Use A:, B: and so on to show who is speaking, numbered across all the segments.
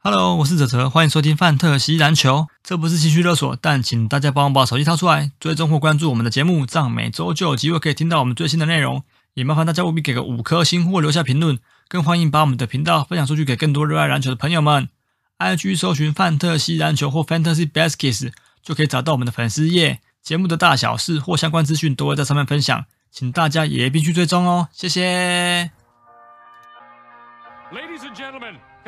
A: Hello，我是哲哲，欢迎收听《范特西篮球》。这不是情绪勒索，但请大家帮我把手机掏出来，追踪或关注我们的节目，这样每周就有机会可以听到我们最新的内容。也麻烦大家务必给个五颗星或留下评论，更欢迎把我们的频道分享出去给更多热爱篮球的朋友们。IG 搜寻“范特西篮球”或 “Fantasy Baskets” 就可以找到我们的粉丝页，节目的大小事或相关资讯都会在上面分享，请大家也必须追踪哦，谢谢。
B: Ladies and gentlemen,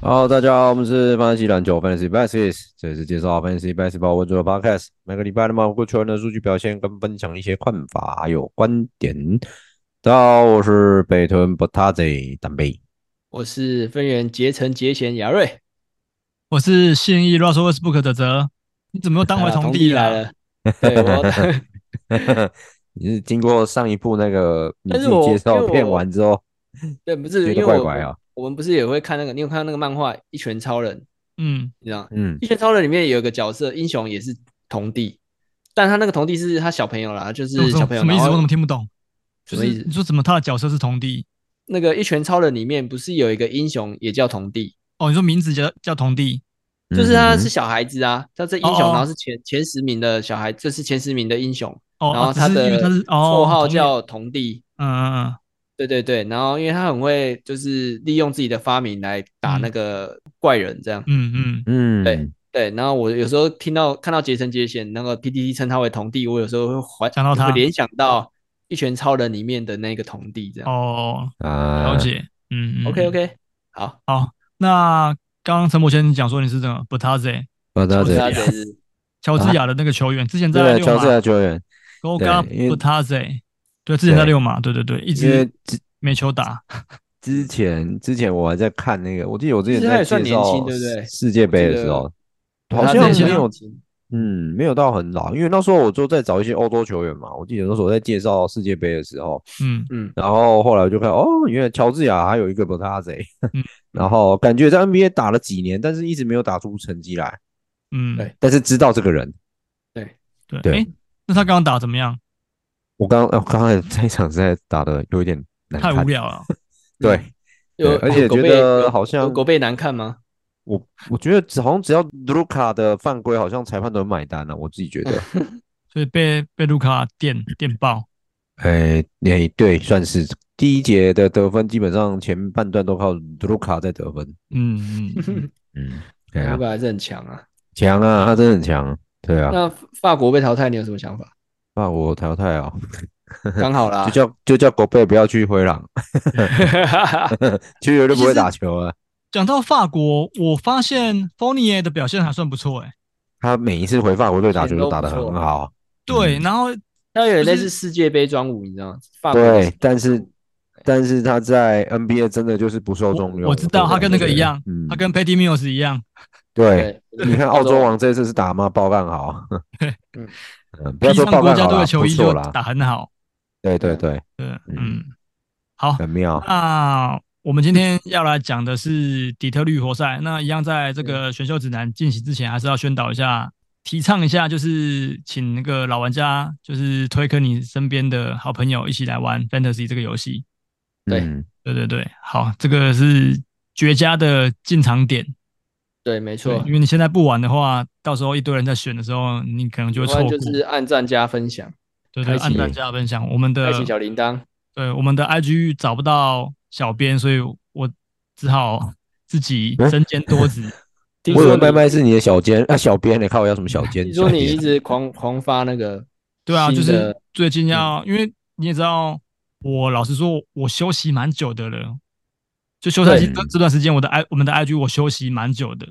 C: 好，大家好，我们是范特西篮球 （Fantasy Baskets），这里是介绍 Fantasy Basketball 为主的 Podcast。每个礼拜的嘛，过球员的数据表现跟分享一些看法还有观点。大家好，我是北屯 b o t a z i 丹贝。
D: 我是分园结成结弦雅瑞，
A: 我是信义 Russell Westbrook 的哲，你怎么又当回
D: 啊
A: 童
D: 弟
A: 弟
D: 来？了。对，我要 当
C: 你是经过上一部那个你
D: 但
C: 自
D: 是
C: 己
D: 我
C: 介绍
D: 因为我
C: 片完之后，
D: 对不是
C: 觉得
D: 因为
C: 怪
D: 我
C: 怪啊。
D: 我们不是也会看那个，你有看到那个漫画《一拳超人》，
A: 嗯，
D: 你知道吗？
C: 嗯
D: 《一拳超人》里面有一个角色英雄也是童弟，但他那个童弟是他小朋友啦，就是
A: 什么
D: 小朋友。
A: 什么意思？
D: 然
A: 我
D: 后
A: 怎么听不懂？
D: 什
A: 就
D: 么
A: 是
D: 意思
A: 你说怎么他的角色是童弟？
D: 那个《一拳超人》里面不是有一个英雄也叫童弟，
A: 哦，你说名字叫叫童弟？
D: 就是他是
C: 嗯
D: 小孩子啊，他是英
A: 哦
D: 雄，
A: 哦
D: 然后是前前十名的小孩，这是前十名的英雄，
A: 哦，
D: 然
A: 啊
D: 后
A: 只
D: 他
A: 是因为
D: 的
A: 他是哦，
D: 绰号
A: 童弟
D: 叫童弟，
A: 嗯嗯嗯，
D: 对对对，然后因为他很会，就是利用自己的发明来打
A: 嗯
D: 那个怪人这样。
A: 嗯嗯，
C: 嗯，
D: 对对，然后我有时候听到看到杰森杰贤那个 PTT 称他为童弟，我有时候会怀
A: 想到他
D: 会联想到《一拳超人》里面的那个童弟这样。
A: 哦，
C: 啊，
A: 了。解，嗯嗯
D: OK
A: 嗯
D: OK，好，
A: 好，那刚刚陈柏轩你讲说你是这个 b u t a z e
C: b o t a
A: 对
C: z
D: 大
C: i
D: 家觉得
A: 乔治亚的那个球员，之前在
C: 对，
A: 六
C: 乔
A: 马
C: 治亚球员，
A: Goga
C: 对因为
A: b u t a z e 对，之前在六马，对对对，一
C: 因为
A: 直没球打，
C: 之前之前我还在看那个，我记得我之前
D: 其实他
C: 在
D: 也算
C: 介
D: 年
C: 绍
D: 轻对不对
C: 世界杯的时候， 好
D: 他
C: 像
D: 之前
C: 没有
D: 年，轻
C: 嗯，没有到很老，因为那时候我就在找一些欧洲球员嘛。我记得那时候我在介绍世界杯的时候，
A: 嗯，
D: 嗯，
C: 然后后来我就看，哦，原来乔治亚还有一个 b o t a z
A: 嗯
C: 然后感觉在 NBA 打了几年，但是一直没有打出成绩来，
A: 嗯，
D: 对
C: 但是知道这个人。
A: 对
C: 对
A: 哎，那他刚刚打怎么样？
C: 我刚呃刚才这一场实在打的有一点难
A: 太
C: 看，
A: 无聊了。
C: 对，
D: 有
C: 而且
D: 狗
C: 觉
D: 贝
C: 得
D: 有
C: 好像
D: 有狗贝难看吗？
C: 我我觉得只好像只要卢卡的犯规，好像裁判都能买单了、我自己觉
D: 嗯
C: 得，
A: 所以被被卢卡电电爆。
C: 哎、哎，对，算是第一节的得分，基本上前半段都靠卢卡在得分。
A: 嗯嗯嗯，
C: 嗯，对
D: 狗
C: 啊，
D: 贝还是很强啊。
C: 强啊，他真的很强。对啊，
D: 那法国被淘汰，你有什么 想法？
C: 法国淘汰啊，
D: 刚好啦
A: 啊
C: 就，叫就叫狗贝不要去灰狼， 去了就不会打球啊了。
A: 讲到法国，我发现 Fournier 的表现还算不错，
C: 嗯
A: 哎，
C: 他每一次回法国队打球都打得
D: 都
C: 很
D: 不错
C: 好，
A: 对，
C: 嗯
A: 然后
D: 他有点类
A: 就
D: 似
A: 是
D: 世界杯专武，你知道
A: 啊
D: 吗？法国的世
C: 对
D: 界，
C: 但是但是他在 NBA 真的就是不受重用。
A: 我我知道他跟那个一样
C: 嗯，
A: 他跟 Patty Mills 一样，
C: 对，
D: 对，
C: 你看澳洲王这次是打吗？爆 干好，
D: 嗯
C: 嗯，不
A: 披
C: 要说
A: 上
C: 爆
A: 国
C: 干
A: 家
C: 好
A: 队
C: 啦
A: 的球
C: 不
A: 衣
C: 错
A: 就
C: 啦，
A: 打很好。
C: 对对对，
A: 对，
C: 嗯
A: 嗯，好，
C: 很妙。
A: 那我们今天要来讲的是底特律活塞。那一样，在这
C: 嗯
A: 个选秀指南进行之前，还是要宣导一下，提倡一下，就是请那个老玩家，就是推坑你身边的好朋友一起来玩 Fantasy 这个游戏。
D: 对
C: 嗯
A: 对对对，好，这个是绝佳的进场点。
D: 对，没错
A: 对，，因为你现在不玩的话，到时候一堆人在选的时候，你可能就会
D: 不
A: 错
D: 然
A: 过。啊
D: 就是按赞加分享，
A: 对对，
C: 开启
A: 按赞加分享。我们的
D: 开启小铃铛。
A: 对，我们的 IG 找不到小编，所以我只好自己
D: 嗯
A: 身兼多 职。
D: 听
C: 我以
D: 说
C: 为
D: 你
C: 麦麦是你的小监啊，小编，你看我要什么小监？
D: 听说你
C: 小
D: 一
C: 编
D: 直狂狂发那个
A: 对啊，就
D: 新
A: 是
D: 的嗯
A: 最近要，因为你也知道，我老实说，我休息蛮久的了。就休赛期
C: 对
A: 这这段时间，我的 I 我们的 IG 我休息蛮久的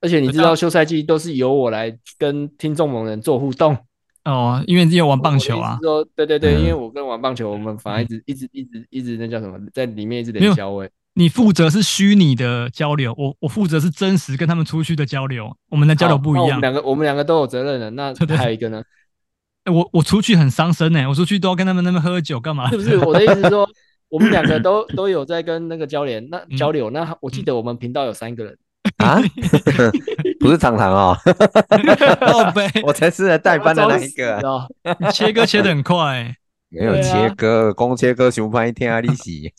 D: 而且你
A: 啊
D: 知道休赛季都是由我来跟听众盟人做互动，
A: 哦，因为你有玩棒球啊
D: 我的意思是，说对对对，
C: 嗯
D: 因为我跟玩棒球，我们反而一直一直一直一直那叫什么，在里面一直
A: 没有
D: 连消位。
A: 你负责是虚拟的交流，我我负责是真实跟他们出去的交流，我们的交流
D: 好
A: 不
D: 那
A: 一
D: 我
A: 样
D: 们。两个我们两个都有责任的。那还有一个呢？
A: 哎我我出去很伤身呢、我出去都要跟他们那边喝酒 干嘛
D: 是？不是？我的意思是说，我们两个都都有在跟那个交流，那
A: 嗯
D: 交流，那我记得我们频道有三个人，
C: 啊，不是糖糖哦，
A: 倒杯，
C: 我才是代班的那一个
D: 你
C: 啊
D: 知，道
A: 你切割切得很快、欸，
C: 没有
D: 对啊
C: 切割，光切割熊拍天啊利 息，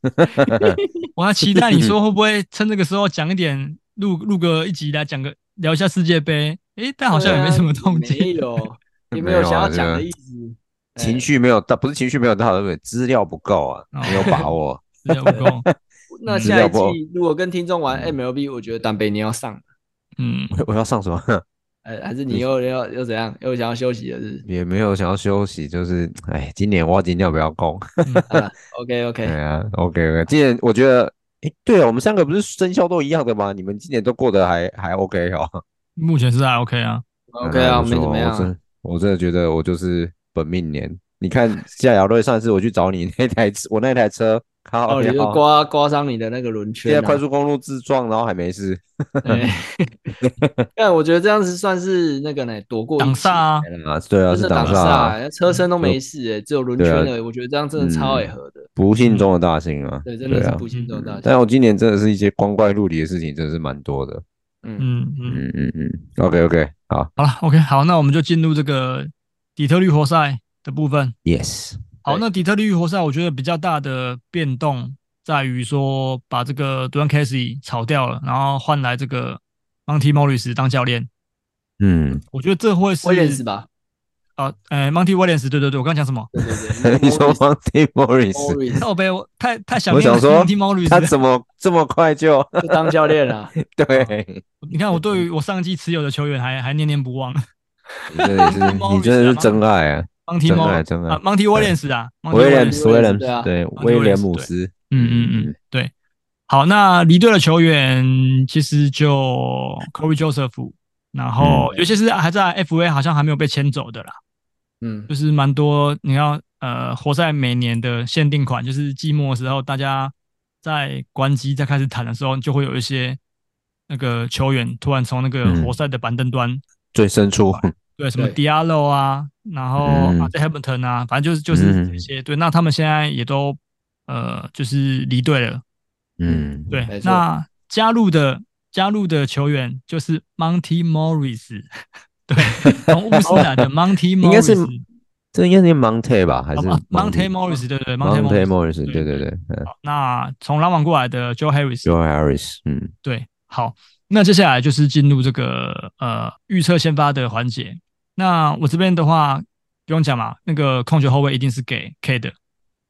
A: 我还期待你说会不会趁这个时候讲一点，录录个一集来讲个聊一下世界杯。诶，但好像也没什么动
D: 啊没
A: 静。
D: 有，也
C: 没
D: 没有
C: 有
D: 想要讲
C: 啊
D: 的
C: 这个
D: 意思。
A: 嗯
D: 哎
C: 情绪没有到，不是情绪没有到，对不对？资料不够啊，
A: 哦
C: 没有把握。
A: 资料啊不够，
D: 那
A: 嗯
D: 下一
C: 要不
D: 季如果跟听众玩
C: 嗯
D: MLB，我觉得蛋北你要上，
A: 嗯，
C: 我要上什么？
D: 呃，还是
C: 嗯
D: 你又又又怎样，又想要休息了是
C: 也没有想要休息，就是哎，今年我尽量不要攻。
A: 嗯
D: o k
C: 对
D: OK，
C: 啊，OK OK，今年我觉得，哎，对啊，我们三个不是生肖都一样的吗？你们今年都过得还还 OK 哦。
A: 目前是还 OK 啊。
D: OK 啊，
C: 还
D: 没
C: 不错
D: 怎么样
C: 我
D: 啊。
C: 真我真的觉得我就是本命年。你看夏小队上次我去找你 那台车，我那台车，靠
D: 哦，你
C: 腰，
D: 就刮刮伤你的那个轮
C: 现
D: 圈
C: 在
D: 啊。
C: 快速公路自撞，然后还没事。
D: 对 但我觉得这样子算是那个呢，躲过一
A: 挡
D: 劫
A: 煞啊，
C: 啊，对啊，
D: 真
C: 是
D: 的
C: 挡
D: 挡
C: 煞啊，
D: 煞，欸车身都没事，哎，只有轮
C: 对
D: 圈
C: 啊
D: 而已。我觉得这样真的超违和的，
C: 不幸中的大幸啊。
D: 嗯对，真的是
C: 啊。
D: 不幸中的大幸。
C: 但我今年真的是一些光怪陆离的事情，真的是蛮多的。
D: 嗯，
A: 嗯嗯，
C: 嗯嗯嗯，OK OK，好
A: 好了，OK，好，那我们就进入这个底特律活塞的部分。
C: ，Yes，
A: 好，
D: 对
A: 那底特律活塞我觉得比较大的变动在于说把这个 d w a n Casey 炒掉了，然后换来这个 Monty Morris 当教练。
C: 嗯，
A: 我觉得这会是
D: 威廉斯吧？
A: 啊，呃，Monty Williams，对对对，我刚讲什 么？
D: 对对对，
C: 你说 Monty Morris，
D: Morris
A: 靠背，我太太想
C: 我
A: 念
C: 想说
A: Monty Morris
C: 他
A: 了
C: 怎么这么快就
D: 就当教练啊了，哦
C: 对？
A: 你看，我对于我上季持有的球员还还念念不忘。
C: 你这也是，你真的是真爱啊！
A: Monty
C: 真
A: Mo
C: 爱真爱
A: 啊，Monty Williams 啊，Monty
C: 威廉姆，威
D: Williams，
C: 廉
D: 对啊
C: 姆，对，
A: Monty
C: 威廉
A: Williams，
C: 姆
A: 对
C: 斯，
A: 嗯嗯嗯，对。好，那离队的球员其实就 Corey Joseph，然后尤其是还在 FA 好像还没有被签走的啦，
D: 嗯，
A: 就是蛮多你要呃活塞每年的限定款，就是季末的时候大家在关机在开始谈的时候，就会有一些那个球员突然从那个
C: 嗯
A: 活塞的板凳端
C: 最深处，
A: 对，什么
D: 对
A: Diallo 啊，然后
C: 嗯
A: 啊，在 Hamilton 啊，反正就是就是
C: 嗯
A: 这些。对，那他们现在也都呃，就是离队了。
C: 嗯，
A: 对
D: 没，错
A: 那加入的加入的球员就是 Monty Morris，对， 从乌斯兰的 Monty
C: 应该是
A: Morris，
C: 这应该是 Monte 吧，还是
A: 啊不 Monty Morris，对对对，Monty Morris。
C: Morris，
A: 对
C: 对对对，嗯
A: 好那从篮网过来的 Joe Harris，
C: ，Joe Harris，嗯
A: 对，好，那接下来就是进入这个呃预测先发的环节。那我这边的话不用讲嘛，那个控球后卫一定是给 K 的，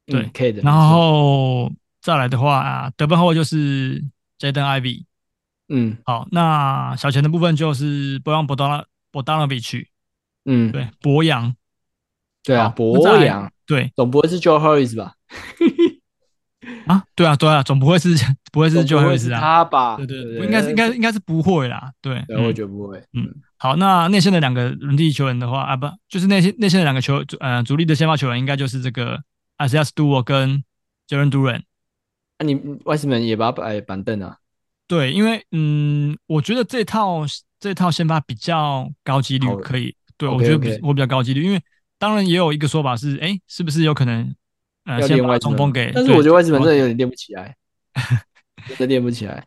A: 对
D: 嗯，K 的，
A: 然后再来的话、啊，得分后卫就是 Jaden Ivy。
D: 嗯
A: 好，那小前的部分就是博扬博当博当诺比去，
D: 嗯，
A: 对，博扬，
D: 对啊，
A: 好那再
D: 博
A: 来
D: 扬
A: 对
D: 总不会是 Joe Harris 吧？
A: 啊，对啊，对啊，总不会是 不会是
D: 总
A: Joe
D: 不会
A: Harris 啊？
D: 他吧？
A: 对对
D: 不
A: 对，应该是应该应该是不会啦，对，
D: 对，我
A: 嗯
D: 觉得不会。
A: 嗯好，那内线的两个轮替球员的话啊，不，就是内线内线的两个球，呃，主力的先发球员应该就是这个 Isaiah Stewart 跟 Jalen Duran。
D: 那啊你外斯门也把他摆板凳啊？
A: 对，因为嗯，我觉得这套这套先发比较高几率
D: 好
A: 可以，对
D: OK，
A: 我觉得比
D: OK
A: 我比较高几率，因为当然也有一个说法是，哎，是不是有可能呃
D: 要
A: 先
D: 练
A: 把
D: 外斯
A: 中
D: 门
A: 锋给？
D: 但是
A: 对
D: 我觉得外斯门真的有点练不 起来，真的练不起来，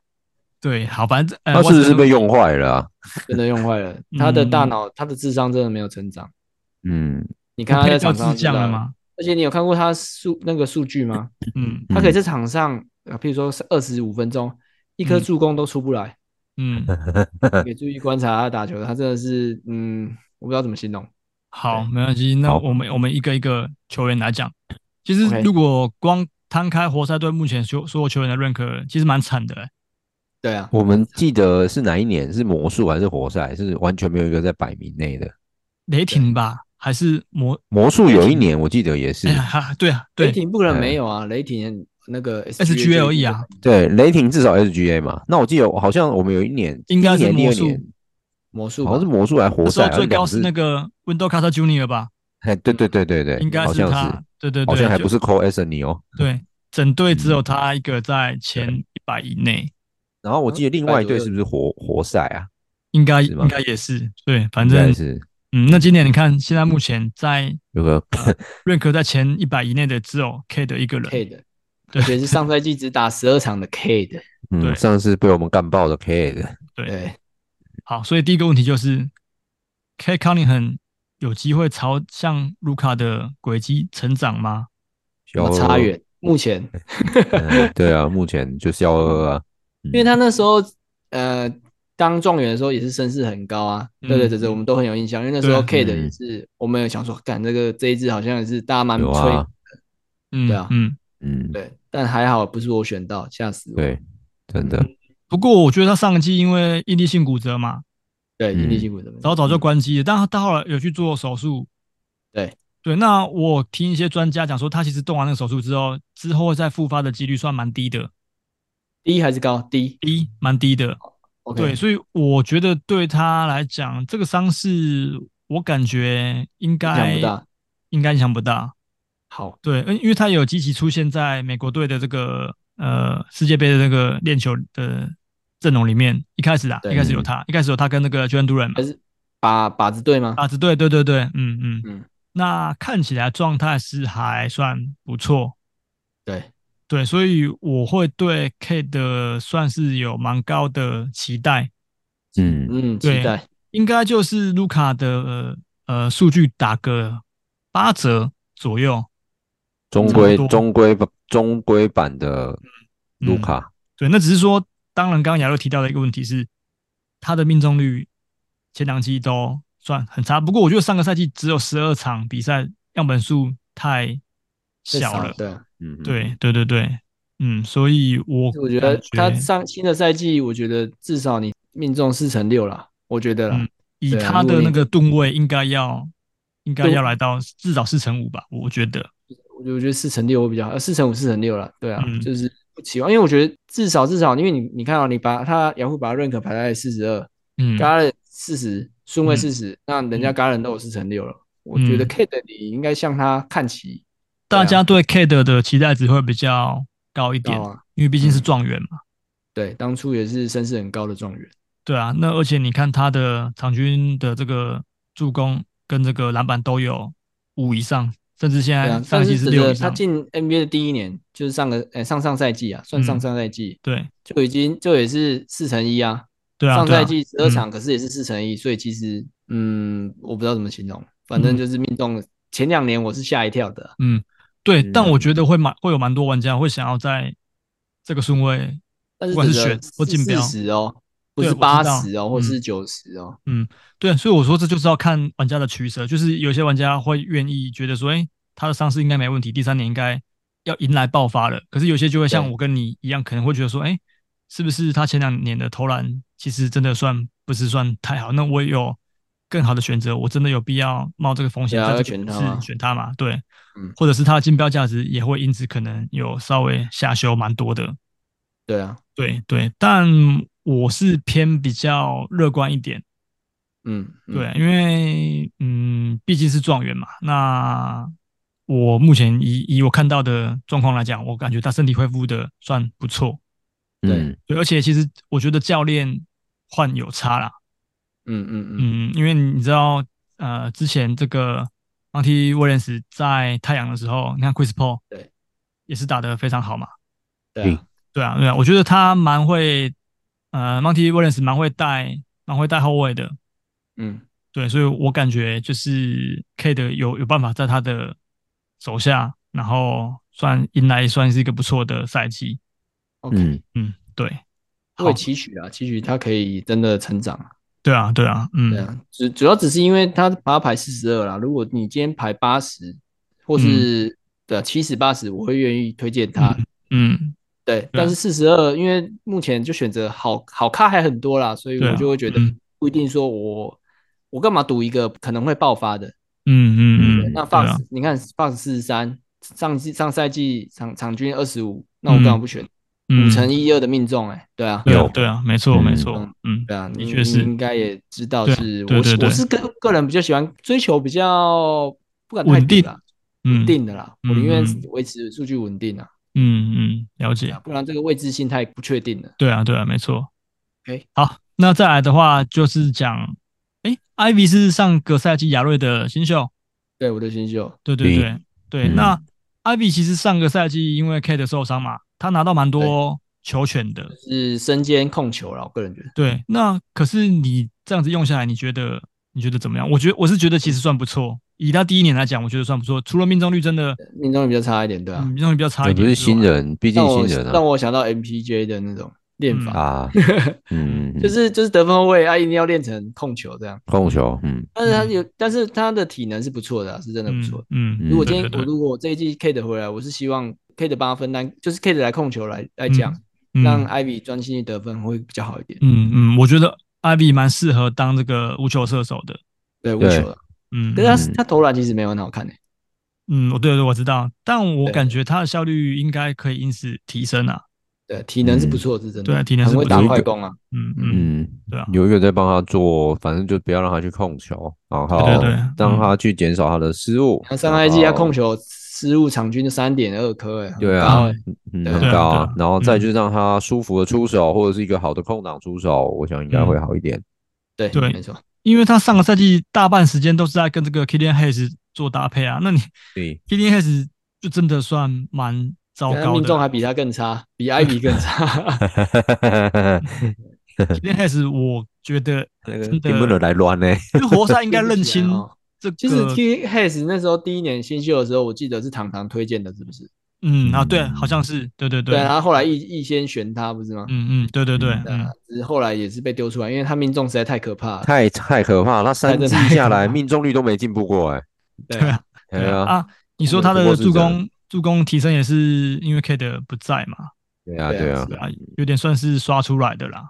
A: 对，好，反正呃，
C: 他
A: 我
C: 是不
A: 只
C: 是
A: 能
C: 被用坏了啊？
D: 真的用坏了。他的大
A: 嗯
D: 脑，他的智商真的没有成长。
C: 嗯，
D: 你看他
A: 佩
D: 在
A: 就
D: 场上
A: 自
D: 就知道
A: 降了
D: 了？
A: 吗？
D: 而且你有看过他数那个数据吗？
A: 嗯
D: 他可以在场上，呃，譬如说是二十五分钟，一颗
A: 嗯
D: 助攻都出不来。
A: 嗯，
D: 也注意观察他打球，他真的是，嗯，我不知道怎么形容。
A: 好，没关系。那
C: 好
A: 我们我们一个一个球员来讲，其实
D: OK
A: 如果光摊开活塞队目前所所有球员的认可，其实蛮惨的、欸。
D: 对啊，
C: 我们记得是哪一年？是魔术还是活塞？是完全没有一个在百名内的。
A: 雷霆吧，还是魔？
C: 魔术有一年我记得也是
A: 哎，呀，哈对啊，
D: 雷
A: 对
D: 霆不可能没有啊，雷霆那个
A: ，SGA 而已啊，，
C: 对，雷霆至少 SGA 嘛。那我记得好像我们有一年，
A: 应该是
C: 第一年第
A: 魔
C: 二
A: 术
C: 年，
D: 魔术吧
C: 好像是魔术还活
A: 那时
C: 塞
A: 候
C: 啊，
A: 最高
C: 两
A: 是
C: 支
A: 那个 Window Carter Junior 吧，
C: 哎，对对对对对，
A: 应该
C: 好像
A: 他
C: 是，。嗯
A: 对对
C: 好
A: 对，
C: 像还不
A: 就是
C: Cole a s n 哦。
A: 对，整队只有他一个在前一百以内，
C: 然后我记得另外一队
D: 100
C: 是不是活活塞啊？
A: 应该
C: 是吗
A: 应该也是对，反
C: 应该
A: 正
C: 是
A: 嗯，那今年你看，现在目前在
C: 有个
A: 啊 rank 在前一百以内的只有 K 的一个人，
D: K 的，而且是上赛季只打十二场的 K 的，
A: 对
C: 嗯，上次被我们干爆的 K 的，
A: 对，
D: 对，
A: 好，所以第一个问题就是 K Conning 很有机会朝向卢卡的轨迹成长吗？
C: 小
D: 有差远。目前，
C: 嗯对啊，目前就是幺二二啊，
D: 因为他那时候呃当状元的时候也是声势很高啊，
A: 嗯
D: 对对对对，我们都很有印象，因为那时候
C: 对
D: K 的也
C: 嗯
D: 是，我们有想说，干这个这一支好像也是大家蛮
C: 有
D: 吹，
C: 啊
A: 嗯，
D: 对啊
A: 嗯。
C: 嗯，
D: 对，但还好不是我选到，吓死我，
C: 对，真的，
A: 不过我觉得他上一季因为应力性骨折嘛，
D: 对，
C: 嗯
D: 印地辛苦的，
A: 早早就关机了，但他到后来有去做手术。
D: 对
A: 对，那我听一些专家讲说，他其实动完那个手术之后，之后再复发的几率算蛮低的，
D: 低还是高低
A: 低蛮低的。
D: ，OK，
A: 对，所以我觉得对他来讲，这个伤势我感觉应该
D: 影响不大，
A: 应该影响不大。
D: 好，
A: 对，嗯因因为他也有积极出现在美国队的这个呃世界杯的那个练球的阵容里面。一开始啊，
D: 对嗯
A: 一开始有他，一开始有他跟那个 j o h n d u r a n 嘛
D: 还，是靶靶子队吗？
A: 啊，对对对对，嗯嗯
D: 嗯
A: 那看起来状态是还算不错，
D: 对，
A: 对，所以我会对 K 的算是有蛮高的期待，
C: 嗯，
D: 嗯，
A: 对
D: 期待，
A: 应该就是卢卡的呃数据打个八折左右，
C: 中
A: 差不
C: 规
A: 多嗯
C: 中规中规版的卢卡，
A: 对，那只是说，当然刚刚亚乐提到的一个问题是，他的命中率前两季都算很差，不过我觉得上个赛季只有十二场比赛，样本数太
D: 太
A: 小
D: 少
A: 了。
D: 对。啊
C: 嗯，嗯，
A: 对对对对，嗯，所以我
D: 我觉得他
A: 感觉
D: 上新的赛季，我觉得至少你命中四成六啦，我觉得啦，
A: 嗯以
D: 对啊
A: 他
D: 如果
A: 的那
D: 你
A: 个吨位应该要应该
D: 对
A: 要来到至少四成五吧，我觉得。
D: 我觉得我觉得四成六会比较好，四成五、四成六啦，对啊，
A: 嗯
D: 就是不期望，因为我觉得至少至少，因为你你看啊，你把他雅虎把他 rank 排在四十二
A: 嗯，
D: ，Garden 四十，顺位
A: 嗯
D: 四十、那人家 Garden 都有四成六了，我
A: 嗯
D: 觉得 K 的你应该向他看齐，
A: 大家对 K 的的期待值会比较高一点
D: 高啊，嗯
A: 因为毕竟是状元嘛。
D: 对，当初也是身势很高的状元，
A: 对啊，那而且你看他的场均的这个助攻跟这个篮板都有五以上，甚至现
D: 对
A: 在
D: 啊，
A: 上
D: 但
A: 一季
D: 是
A: 是
D: 指
A: 六
D: 着
A: 以
D: 他
A: 上。
D: 进 NBA 的第一年，就是上个呃上上赛季啊，算
A: 嗯
D: 上上赛季。
A: 对
D: 就已经就也是四乘一啊，
A: 对啊，
D: 上
A: 对啊
D: 赛季十二
A: 嗯
D: 场，可是也是四乘一，所以其实嗯，我不知道怎么形容，反
A: 嗯
D: 正就是命中、前两年我是吓一跳的，
A: 对，
C: 嗯
A: 但我觉得会蛮会有蛮多玩家会想要在这个顺位，不
D: 但是
A: 管是
D: 指
A: 选
D: 的
A: 或竞标
D: 四十哦，不
A: 对我
D: 是
A: 知道嗯
D: 八十哦，或是九十哦，
A: 对，所以我说这就是要看玩家的取舍，就是有些玩家会愿意觉得说，哎、他的伤势应该没问题，第三年应该要迎来爆发了。可是有些就会像
D: 对
A: 我跟你一样，可能会觉得说，哎、是不是他前两年的投篮其实真的算不是算太好？那我有更好的选择，我真的有必要冒这个风险
D: 对啊
A: 在这
D: 要
A: 个
D: 选他
A: 是
D: 嘛
A: 选他嘛？对，
D: 嗯
A: 或者是他的竞标价值也会因此可能有稍微下修蛮多的。
D: 对啊，
A: 对对，但我是偏比较乐观一点。
D: 嗯，嗯
A: 对，，因为嗯，毕竟是状元嘛。那我目前以以我看到的状况来讲，我感觉他身体恢复的算不错。
C: 嗯，
A: 对，而且其实我觉得教练换有差啦。
D: 嗯嗯嗯，
A: 嗯，因为你知道，呃，之前这个 m o n t y Williams 在太阳的时候，你看 Chris Paul
D: 对
A: 也是打得非常好嘛。
D: 对啊，
A: 对啊，对啊，我觉得他蛮会，呃 m o n t y Williams 蛮会带蛮会带后卫的。
D: 嗯，
A: 对，所以我感觉就是 K 的有有办法在他的手下，然后算迎来算是一个不错的赛季。
C: 嗯，
A: 嗯，对，
D: 我也
A: 好
D: 期许啊，期许他可以真的成长啊，
A: 对啊，对啊，
D: 对
A: 嗯，
D: 啊，主主要只是因为他把他排四十二啦。如果你今天排八十，或是对啊七十八十，我会愿意推荐他。
A: 嗯，
D: 对，但是四十二，因为目前就选择好好咖还很多啦，所以
A: 对啊
D: 我就会觉得
A: 嗯
D: 不一定说我、我干嘛赌一个可能会爆发的。
A: 嗯嗯嗯，
D: 那
A: 对啊
D: Fox，、，你看 Fox 四十三，上季上赛季场场均二十五，那我干嘛不选
A: 嗯
D: 五乘一二的命中、欸？哎，对啊，
A: 对啊
C: 有，
A: 对啊，没错，没
C: 嗯
A: 错，嗯，
D: 对啊，
A: 的
D: 你
A: 确是
D: 你应该也知道
A: 对啊
D: 是
A: 对
D: 我
A: 对
D: 是
A: 对
D: 我是个个人比较喜欢追求比较不敢太
A: 稳定
D: 赌啦，
A: 嗯，
D: 稳定的啦，
A: 嗯
D: 我宁愿
A: 嗯
D: 维持数据稳定啊，
A: 嗯嗯，了解，
D: 不然这个未知性太不确定了。
A: 啊对啊，对啊，没错。
D: OK
A: 好，那再来的话就是讲哎、i v y 是上个赛季亚瑞的新秀，
D: 对我的新秀，
A: 对对对对。
C: 嗯
A: 那 Ivy 其实上个赛季因为 Kate 受伤嘛，他拿到蛮多球权的。
D: 是身兼控球啦，我个人觉得
A: 对，那可是你这样子用下来，你觉得你觉得怎么样？我觉得我是觉得其实算不错，以他第一年来讲，我觉得算不错。除了命中率真的，
D: 命中率比较差一点，对啊
A: 嗯，，命中率比较差
C: 也
A: 一
C: 不
A: 点，
C: 是新，人，毕竟
D: 让我
C: 新人
D: 让
C: 啊
D: 我想到 MPJ 的那种练
A: 嗯
D: 法，
C: 啊，嗯，嗯
D: 就是就是得分后卫，他一定要练成控球这样。
C: 控球，嗯
D: 但是他
A: 嗯
D: 有，但是他的体能是不错的啊，是真的不
A: 嗯
D: 错的。
A: 嗯，
C: 嗯
D: 如果今天
A: 对对对
D: 我如果这一季 K 的回来，我是希望 K 的八分单，就是 K 的来控球来来讲，
A: 嗯
D: 让 Ivy 专心去得分会比较好一点。
A: 嗯嗯，我觉得 Ivy 蛮适合当这个无球射手的。
D: 对，无
C: 对
D: 球了。
A: 嗯，
D: 可是他
C: 嗯
D: 他投篮其实没有很好看诶、欸
A: 嗯，我对对，我知道，但我
D: 对
A: 感觉他的效率应该可以因此提升啊。
D: 对，体能是不错，是真的。
A: 对啊体能是
D: 很
A: 不
D: 会
A: 错
D: 打快攻啊。
A: 嗯嗯，
C: 嗯，
A: 对啊，
C: 有一个在帮他做，反正就不要让他去控球，然后
A: 对对对嗯
C: 让他去减少他的失误。
D: 他上赛季他
C: 然后
D: 控球失误场均三点二颗诶，很
C: 对
D: 高
C: 啊
D: 欸，
C: 嗯，
D: 对啊
C: 很高
A: 对啊
C: 啊
A: 对啊，
C: 然后再就是让他舒服的出手，或者是一个好的空档出手，我想应该会好一点。
D: 对
A: 对
D: 没错，
A: 因为他上个赛季大半时间都是在跟这个 Killian Hayes 做搭配啊，那你
C: 对，
A: Killian Hayes 就真的算蛮糟
D: 但他
A: 糕
D: 啊命中
A: 的。
D: 还比他更差，比 Ivy 更差。
A: Killian Hayes 我觉得
C: 那个
A: 真的
C: 你不能来乱欸呢，
A: 因为活塞 应该 认清嗯
D: 对不起啊哦
A: 这个，
D: 其实 T Hayes 那时候第一年新秀的时候，我记得是糖糖推荐的，是不是？
A: 嗯啊，对，好像是，对对
D: 对
A: 对，
D: 啊，然后后来易易先选他，不是吗？
A: 嗯嗯，对对对，
D: 对
A: 嗯
D: 啊，只是后来也是被丢出来，因为他命中实在太可怕 了。
C: 太太可怕了，他三
D: 真的
C: 季
D: 太可
C: 下来
D: 怕
C: 命中率都没进步过哎。
D: 对
A: 对啊，
C: 哎呀，
A: 啊，你说他的助攻助攻提升也是因为 K 的不在嘛，
C: 对啊，
D: 对啊
C: 对啊
D: 是，
A: 对啊，有点算是刷出来的啦。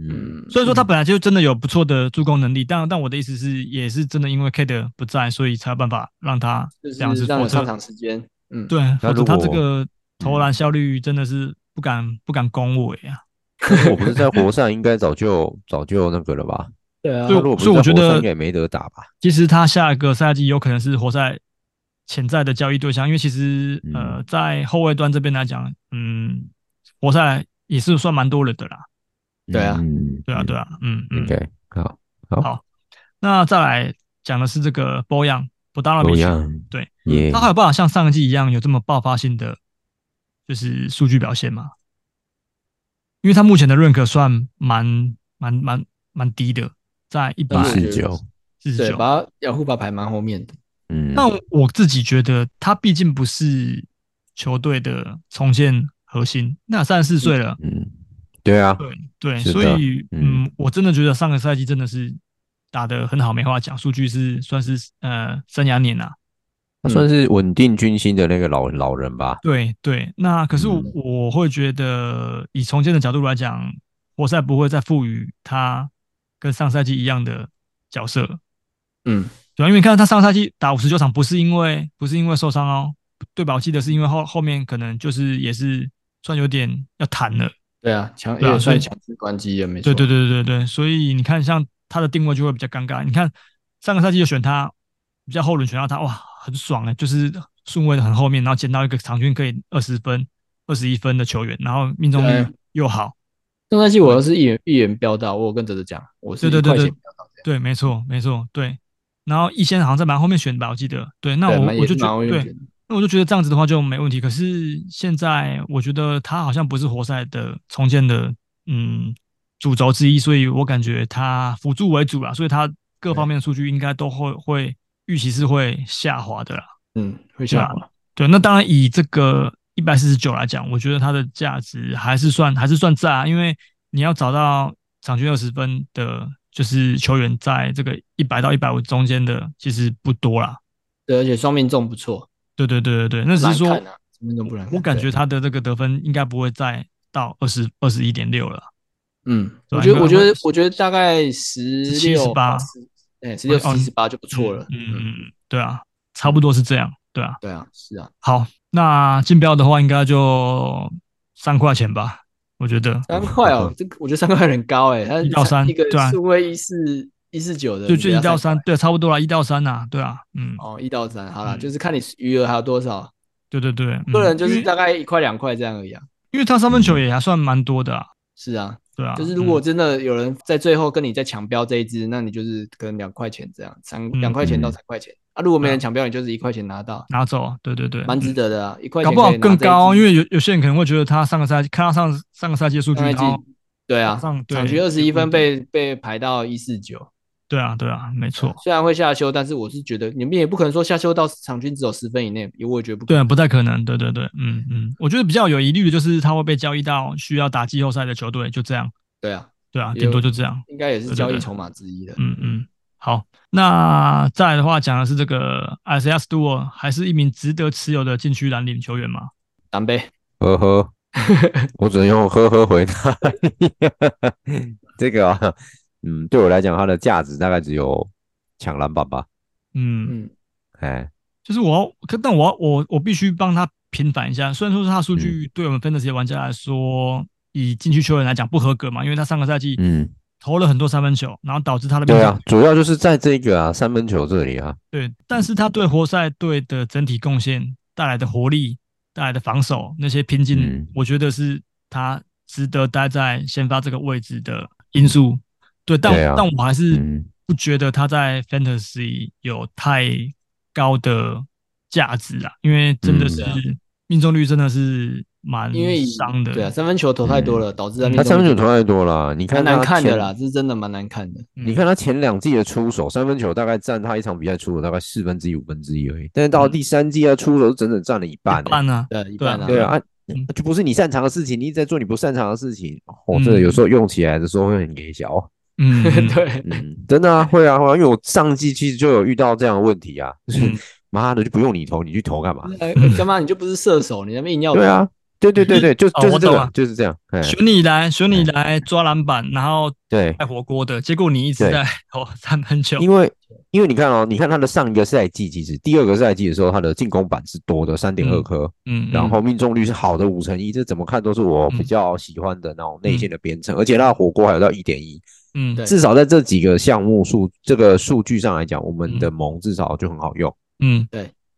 C: 嗯，
D: 嗯，
A: 虽然说他本来就真的有不错的助攻能力，但但我的意思是，也是真的因为 K 的不在，所以才有办法让他
D: 就
A: 这样
D: 是
A: 子
D: 让
A: 否
D: 有上
A: 则
D: 场时间。嗯，
A: 对，
C: 那
A: 否则
C: 如
A: 他这
C: 果嗯
A: 个投篮效率真的是不敢不敢恭维啊。
C: 可是我不是在活塞，应该早就早就那个了吧？
D: 对啊
A: 所
C: 他
A: 以
C: 如果不
A: 所以我
C: 是
A: 觉
C: 在活塞，
A: 得
C: 应该也没得打吧？
A: 其实他下一个赛季有可能是活塞潜在的交易对象，因为其实
C: 嗯
A: 呃，在后卫端这边来讲，嗯，活塞也是算蛮多人的啦。
D: 对啊
C: 嗯，
A: 对啊，对啊，嗯嗯。
C: ，OK，好，
A: 好，那再来讲的是这个 Boyan 不当
C: 不
A: 比
C: 一
A: 奇，
C: 样，
A: 对，
C: 耶
A: 他，还有办法像上一季一样有这么爆发性的就是数据表现吗？因为他目前的认可算蛮蛮蛮蛮低的，在一百
D: 但是
C: 四
D: 我
C: 十
D: 觉得
C: 九，
A: 四十
D: 对，
A: 九。
D: 把他雅虎把排蛮后面的。
C: 嗯，
A: 那我自己觉得他毕竟不是球队的重建核心，那三十四岁了，
C: 嗯，对啊，
A: 对对，
C: 是
A: 所
C: 的
A: 以
C: 嗯
A: 嗯，我真的觉得上个赛季真的是打得很好，没话讲，数据是算是呃生涯年啊。
C: 他算是稳定军心的那个老老人吧。
A: 对对，那可是我,、
C: 嗯
A: 我会觉得，以重建的角度来讲，活塞不会再赋予他跟上赛季一样的角色了，
D: 嗯，
A: 对啊，因为你看他上赛季打五十九场，不是因为不是因为受伤哦，对吧？我记得是因为后后面可能就是也是算有点要谈了，
D: 对啊，强
A: 对啊
D: 也
A: 所以
D: 算强制关机也没错。
A: 对对对对对对，所以你看，像他的定位就会比较尴尬。你看上个赛季就选他，比较后轮选到他，哇，很爽哎、就是顺位的很后面，然后捡到一个场均可以二十分、二十一分的球员，然后命中率
D: 对
A: 又好。
D: 上赛季我要是一元一元飙到，我有跟哲哲讲，我是
A: 对对
D: 一
A: 对
D: 块钱
A: 对
D: 飙到这样。
A: 对，没错，没错，对。然后易先好像在蛮后面选的吧，我记得。对，那
D: 对
A: 我
D: 蛮
A: 我
D: 也
A: 就是
D: 蛮
A: 觉
D: 后
A: 得
D: 面
A: 对
D: 选，的
A: 那我就觉得这样子的话就没问题。可是现在我觉得他好像不是活塞的重建的嗯主轴之一，所以我感觉他辅助为主啦，所以他各方面的数据应该都会会预期是会下滑的啦。
D: 嗯，会下
A: 对啊
D: 滑。
A: 对，那当然以这个一百四十九来讲，我觉得它的价值还是算还是算在啊，因为你要找到场均二十分的，就是球员在这个一百到一百五中间的，其实不多啦。
D: 对，而且双命中不错，
A: 对对对对对，那只
D: 难
A: 是说，
D: 看啊，双命中不难看。
A: 我感
D: 对
A: 觉他的这个得分应该不会再到二十二十一点六了。
D: 嗯，
A: 对
D: 我
A: 啊
D: 觉
A: 应
D: 得，
A: 该
D: 我觉
A: 会
D: 得，我觉得大概十
A: 17
D: 六、
A: 18
D: 哎，十六、
A: 哦
D: 七十八就不错了。
A: 嗯嗯，嗯对啊，差不多是这样。对啊，
D: 对啊，是啊，
A: 好，那竞标的话应该就三块钱吧，我觉得。
D: 三块哦，这个我觉得三块很高哎，它
A: 一到三
D: 一个
A: 对啊
D: 顺位一四一四九的，
A: 就
D: 你
A: 就一
D: 给它
A: 到
D: 三
A: 三
D: 块，
A: 对，差不多啦，一到三呐、对啊，嗯，
D: 哦，一到三，好了，
A: 嗯
D: 就是看你余额还有多少，
A: 对对对，嗯
D: 个人就
A: 因
D: 是
A: 为
D: 大概一块两块这样而已啊。
A: 因为他三分球也还算蛮多的、啊，
D: 是啊，
A: 对啊，
D: 就是如果
A: 嗯
D: 真的有人在最后跟你在抢标这一支，那你就是可能两块钱这样，三
A: 嗯
D: 两块钱到三块钱啊。如果没人抢标，你就是一块钱拿到，
A: 拿走，对对对，
D: 蛮值
A: 嗯
D: 得的啊，一块
A: 搞
D: 钱
A: 不好
D: 可以拿
A: 更
D: 这一
A: 高，
D: 支
A: 因为有有些人可能会觉得他上个赛季看到上上个赛季的数据，
D: 上赛
A: 然
D: 季
A: 后
D: 对啊
A: 马，上对
D: 场局二十一分
A: 对
D: 被被排到一四九，
A: 对啊对啊，没错，
D: 虽然会下修，但是我是觉得你们也不可能说下修到场均只有十分以内，我也觉得不可
A: 对啊，
D: 能。
A: 不太可能，对对对，嗯嗯，我觉得比较有疑虑的就是他会被交易到需要打季后赛的球队，就这样，
D: 对啊，
A: 对啊，
D: 有
A: 顶多就这样，
D: 应该也
A: 对
D: 是
A: 对
D: 交易
A: 对
D: 筹码之一的。
A: 嗯嗯，好，那再来的话讲的是这个 S S 杜尔还是一名值得持有的禁区蓝领球员嘛？
D: 单杯
C: 呵 呵，我只能用呵呵回答你。 这个啊，嗯，对我来讲，它的价值大概只有抢篮板吧。
A: 嗯，
D: 嗯，
C: 哎，
A: 就是我要，可但我要我我必须帮他平反一下，虽然说是他的数据对我们 fantasy 的玩家来说，以禁区球员来讲不合格嘛，因为他上个赛季
C: 嗯，
A: 投了很多三分球，然后导致他的命
C: 对
A: 中
C: 啊，主要就是在这个啊三分球这里啊，
A: 对，但是他对活塞队的整体贡献带来的活力、带来的防守那些拼劲，
C: 嗯
A: 我觉得是他值得待在先发这个位置的因素。对，但
C: 对啊
A: 但我还是
C: 嗯
A: 不觉得他在 Fantasy 有太高的价值啊，因为真的
C: 嗯
A: 是
C: 对
D: 啊
A: 命中率真的是蛮
D: 因为
A: 嗯伤的。嗯
D: 对啊，三分球投太多了，导致他命
C: 他三分球
D: 中率
C: 投太多了，啊你
D: 蛮
C: 看
D: 嗯难
C: 他
D: 看的
C: 前
D: 啦，，这是真的蛮难看的。
A: 嗯
C: 你看他前两季的出手，三分球大概占他一场比赛出手大概四分之一、五分之一而已，但是到
A: 嗯
C: 第三季他出手整整占了一半、欸，
A: 办呢、
D: 对，一
A: 对啊
D: 般啊，
C: 对啊，啊
A: 嗯
C: 就不是你擅长的事情，你一直在做你不擅长的事情，哦，
A: 嗯
C: 真的有时候用起来的时候会很给小。
A: 嗯，嗯
D: 对，
C: 嗯，真的啊，会啊，会啊，因为我上季其实就有遇到这样的问题啊，就是
A: 嗯
C: 妈的就不用你投，你去投干嘛？
D: 哎干嘛你就不是射手，你那边硬要
C: 嗯对
D: 投，
C: 啊，对对对对，就
A: 哦
C: 就是
A: 我
C: 这
A: 懂
C: 个
A: 了，
C: 就是这样，哎，
A: 选你来，选你来抓篮板，然后
C: 对，
A: 爱火锅的，结果你一直
C: 对
A: 在 投三分球。
C: 因为因为你看哦，你看他的上一个赛季，其实第二个赛季的时候，他的进攻板是多的三点二
A: 嗯
C: 颗，
A: 嗯，
C: 然
A: 嗯
C: 后命中率是好的五成一，这怎么看都是我比
A: 嗯
C: 较喜欢的那种内线的编程，而且那火锅还有到一点一，
A: 嗯，
D: 对
C: 至少在这几个项目数这个数据上来讲，我们
A: 嗯
C: 的盟至少就很好用。
A: 嗯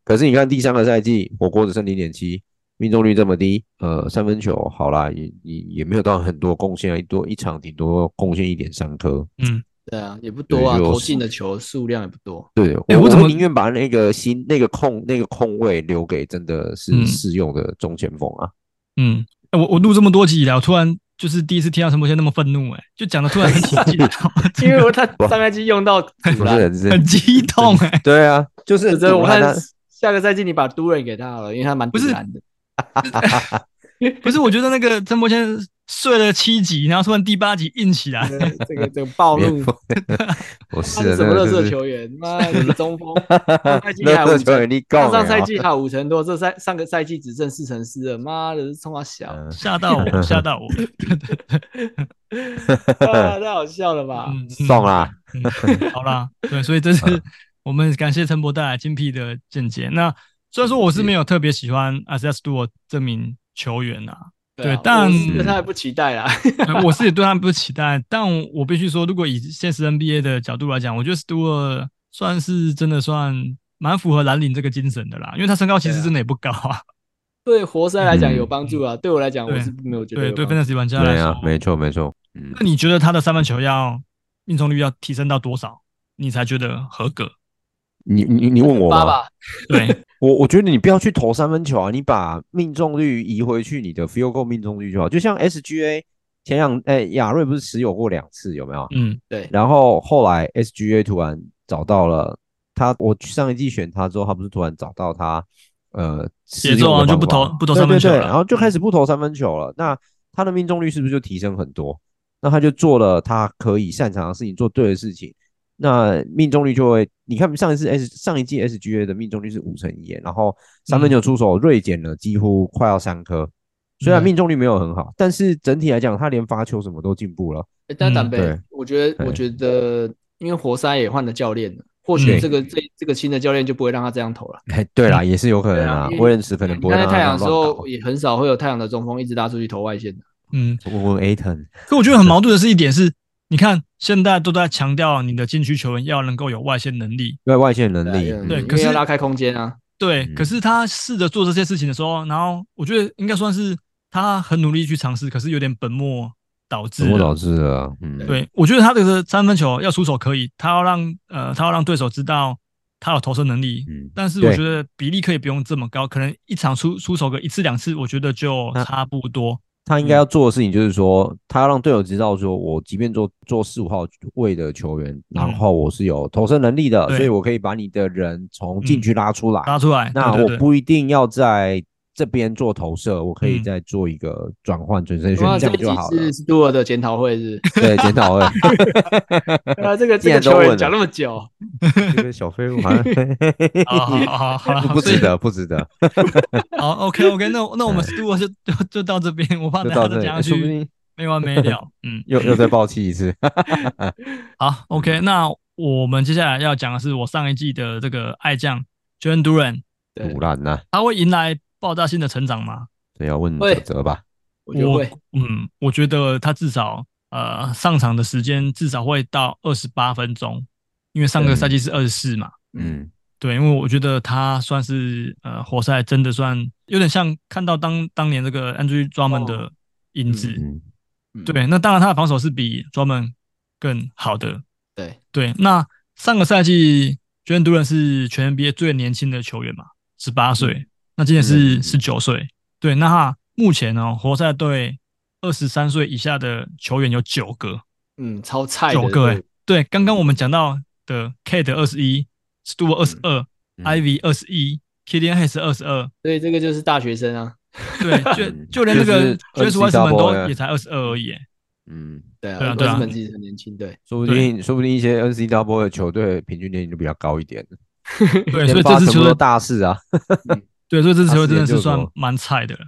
C: 可是你看第三个赛季，火锅只剩零点七，命中率这么低，呃，三分球好啦，也也也没有到很多贡献啊，一多一场顶多贡献一点三颗。
A: 嗯，
D: 对啊，也不多啊，
C: 对就
D: 投进的球数量也不多。
C: 对，我,、
A: 哎我怎么
C: 宁愿把那个新那个空那个空位留给真的是
A: 嗯
C: 适用的中前锋啊。
A: 嗯，哎我我录这么多集以来，我突然就是第一次听到陈柏轩那么愤怒，哎，就讲的突然很 起劲，
D: 因为我他上赛季用到
C: 不
D: 堵
C: 是
D: 了，
C: 很是，
A: 很激动，哎，
C: 对啊，就是
D: 这我
C: 看
D: 看
C: 他
D: 下个赛季你把都人给他好了，因为他蛮
A: 不是
D: 堵拦的。
A: 不是，我觉得那个陈柏轩睡了七集，然后突然第八集硬起来，
D: 这个这个这个暴
C: 没
D: 怒
C: 有， 我
D: 他
C: 是
D: 是
C: 的
D: 什么
C: 那
D: 乐
C: 个
D: 色
C: 就是
D: 球员？妈的中锋，上赛季还
C: 乐色
D: 五
C: 球
D: 成
C: 员，，你告
D: 他
C: 了
D: 上赛
C: 啊
D: 季还有五成多，这赛上个赛季只剩四成四了，妈的，冲啊小，
C: 嗯
A: 吓到我，吓 到我，
D: 啊太好笑了吧？
A: 嗯，
C: 送啊啦，
A: 嗯，嗯好啦，对，所以这
C: 嗯
A: 是我们感谢陈博带来精辟的见解。那虽然说我是没有特别喜欢 SS Duo 这名球员啊，对
D: 啊
A: 但
D: 我是对他也不期待啦。
A: 呃我是也对他们不期待，但我必须说，如果以现实 NBA 的角度来讲，我觉得 Stewart 算是真的算蛮符合蓝领这个精神的啦，因为他身高其实真的也不高啊。
D: 对活塞来讲有
C: 嗯
D: 帮助啊，对我来讲我
A: 对
D: 是没有 觉得
A: 对
D: 有
A: 对
D: 帮助。
A: ，Fantasy 玩家来
C: 对啊
A: 说，，
C: 没错没错，嗯
A: 那你觉得他的三分球要命中率要提升到多少，你才觉得合格？
C: 你你你问我
D: 八
C: 吗？
D: 吧，
A: 对，
C: 我我觉得你不要去投三分球啊，你把命中率移回去你的 field goal 命中率就好。就像 SGA 前两哎亚瑞不是持有过两次有没有？
A: 嗯
D: 对，
C: 然后后来 SGA 突然找到了他，我上一季选他之后，他不是突然找到他呃
A: 节奏啊
C: 适用的
A: 就不
C: 方法
A: 投不投三分球
C: 对
A: 了嗯
C: 对对，然后就开始不投三分球了。那他的命中率是不是就提升很多？那他就做了他可以擅长的事情，做对的事情，那命中率就会。你看上一次 S 上一季 SGA 的命中率是五成一，然后三分球出手锐减了几乎快要三颗，虽然
A: 嗯
C: 命中率没有很好，但是整体来讲，他连发球什么都进步了。
D: 诶但
A: 嗯
D: 坦白
C: 对，
D: 我觉得我
C: 对
D: 觉得因为活塞也换了教练了，或
A: 嗯
D: 许这个这这个新的教练就不会让他这样投了。
C: 哎，对啦，也是有可能啊。
D: 对啊
C: 威廉斯可能
D: 你
C: 不会
D: 看在
C: 让他
D: 太阳的
C: 这
D: 时
C: 样乱
D: 候也很少会有太阳的中锋一直拉出去投外线的。
A: 嗯。
C: 搞，问问 Aton，
A: 可我觉得很矛盾的是一点是，你看现在都在强调你的禁区球员要能够有外线能力，
C: 对外线能
D: 对啊，
C: 力，
D: 因为
A: 对
D: 因
A: 可
D: 为要
A: 是
D: 拉开空间啊。
A: 对，可
C: 嗯
A: 是他试着做这些事情的时候，然后我觉得应该算是他很努力去尝试，可是有点本末导致
C: 怎么
A: 的。
C: 导致的啊？嗯，
A: 对，我觉得他这个三分球要出手可以，他要让呃，他要让对手知道他有投射能力。
C: 嗯，
A: 但是
C: 对
A: 我觉得比例可以不用这么高，可能一场出出手个一次两次，我觉得就
C: 那
A: 差不多。
C: 他应该要做的事情就是说，他要让队友知道，说我即便做做四五号位的球员，然后我是有投身能力的，
A: 嗯对嗯
C: 所以我可以把你的人从禁区拉出来。
A: 拉出来，
C: 那
A: 对
C: 我
A: 对对，
C: 不一定要在这边做投射，我可以
A: 嗯
C: 再做一个转换转身
D: 哇，
C: 选，这
D: 这
C: 样
D: 一集
C: 就好了。
D: 是 Stewart 的检讨会是不
C: 对，检讨二，
D: 是？ 对啊，这个
C: 既
D: 这个
C: 然都
D: 球
C: 问了
D: 员讲那么久，
C: 这个小废物好像
A: 好好好好好 了，
C: 不不
A: 所以
C: 值得，不值得，
A: 好，OK OK，那那我们如果就就就到这边，我怕
C: 就
A: 等下
C: 到这
A: 再
C: 里，哎
A: 讲下
C: 说不
A: 去
C: 定
A: 没完没了。嗯，
C: 又又再爆气一 次。
A: 好，OK，那我们接下来要讲的是我上一季的这个爱将 j o n Duran，
D: 对
C: 腐，烂呐，
A: 他会迎来爆炸性的成长吗？
C: 这要问
D: 喂
C: 哲哲吧。
D: 我觉得会，
A: 嗯，我觉得他至少呃上场的时间至少会到二十八分钟，因为上个
C: 对
A: 赛季是二十四嘛。
C: 嗯，
A: 对，因为我觉得他算是呃活塞真的算有点像看到当当年这个 Andrew Drummond
D: 哦
A: 的影子。
C: 嗯，
D: 嗯
A: 对，那当然他的防守是比 Drummond 更好的。
D: 对
A: 对，那上个赛季 j o r d n 是全 NBA 最年轻的球员嘛，十八岁，那今年是
C: 嗯
A: 十九岁。对，那他目前哦，活塞队二十三岁以下的球员有九个，
D: 嗯，超菜的
A: 九个、
D: 对
A: 欸。对，刚刚我们讲到的 K 的二十一，Stewart 二十二
C: 嗯
A: ，Ivy 二十一，Killian Hayes 二十二，
D: 所以这个就是大学生啊，
A: 对，
C: 嗯
A: 就就连那个
C: 就是
A: James Wiseman
C: 20
A: 都也才二十二而已欸。
C: 嗯，
D: 对啊，
A: 对啊
D: 都
A: 对
D: 是
A: 啊
D: 本自己很年轻，对，
C: 说不定说不定一些 N C W 的球队平均年龄都比较高一点。
A: 对，所以
C: 先发
A: 这支
C: 全部
A: 球队，
C: 都大事啊。
A: 对，所以这支球队
C: 他是
A: 真的
C: 研
A: 是
C: 究所
A: 算蛮菜的了。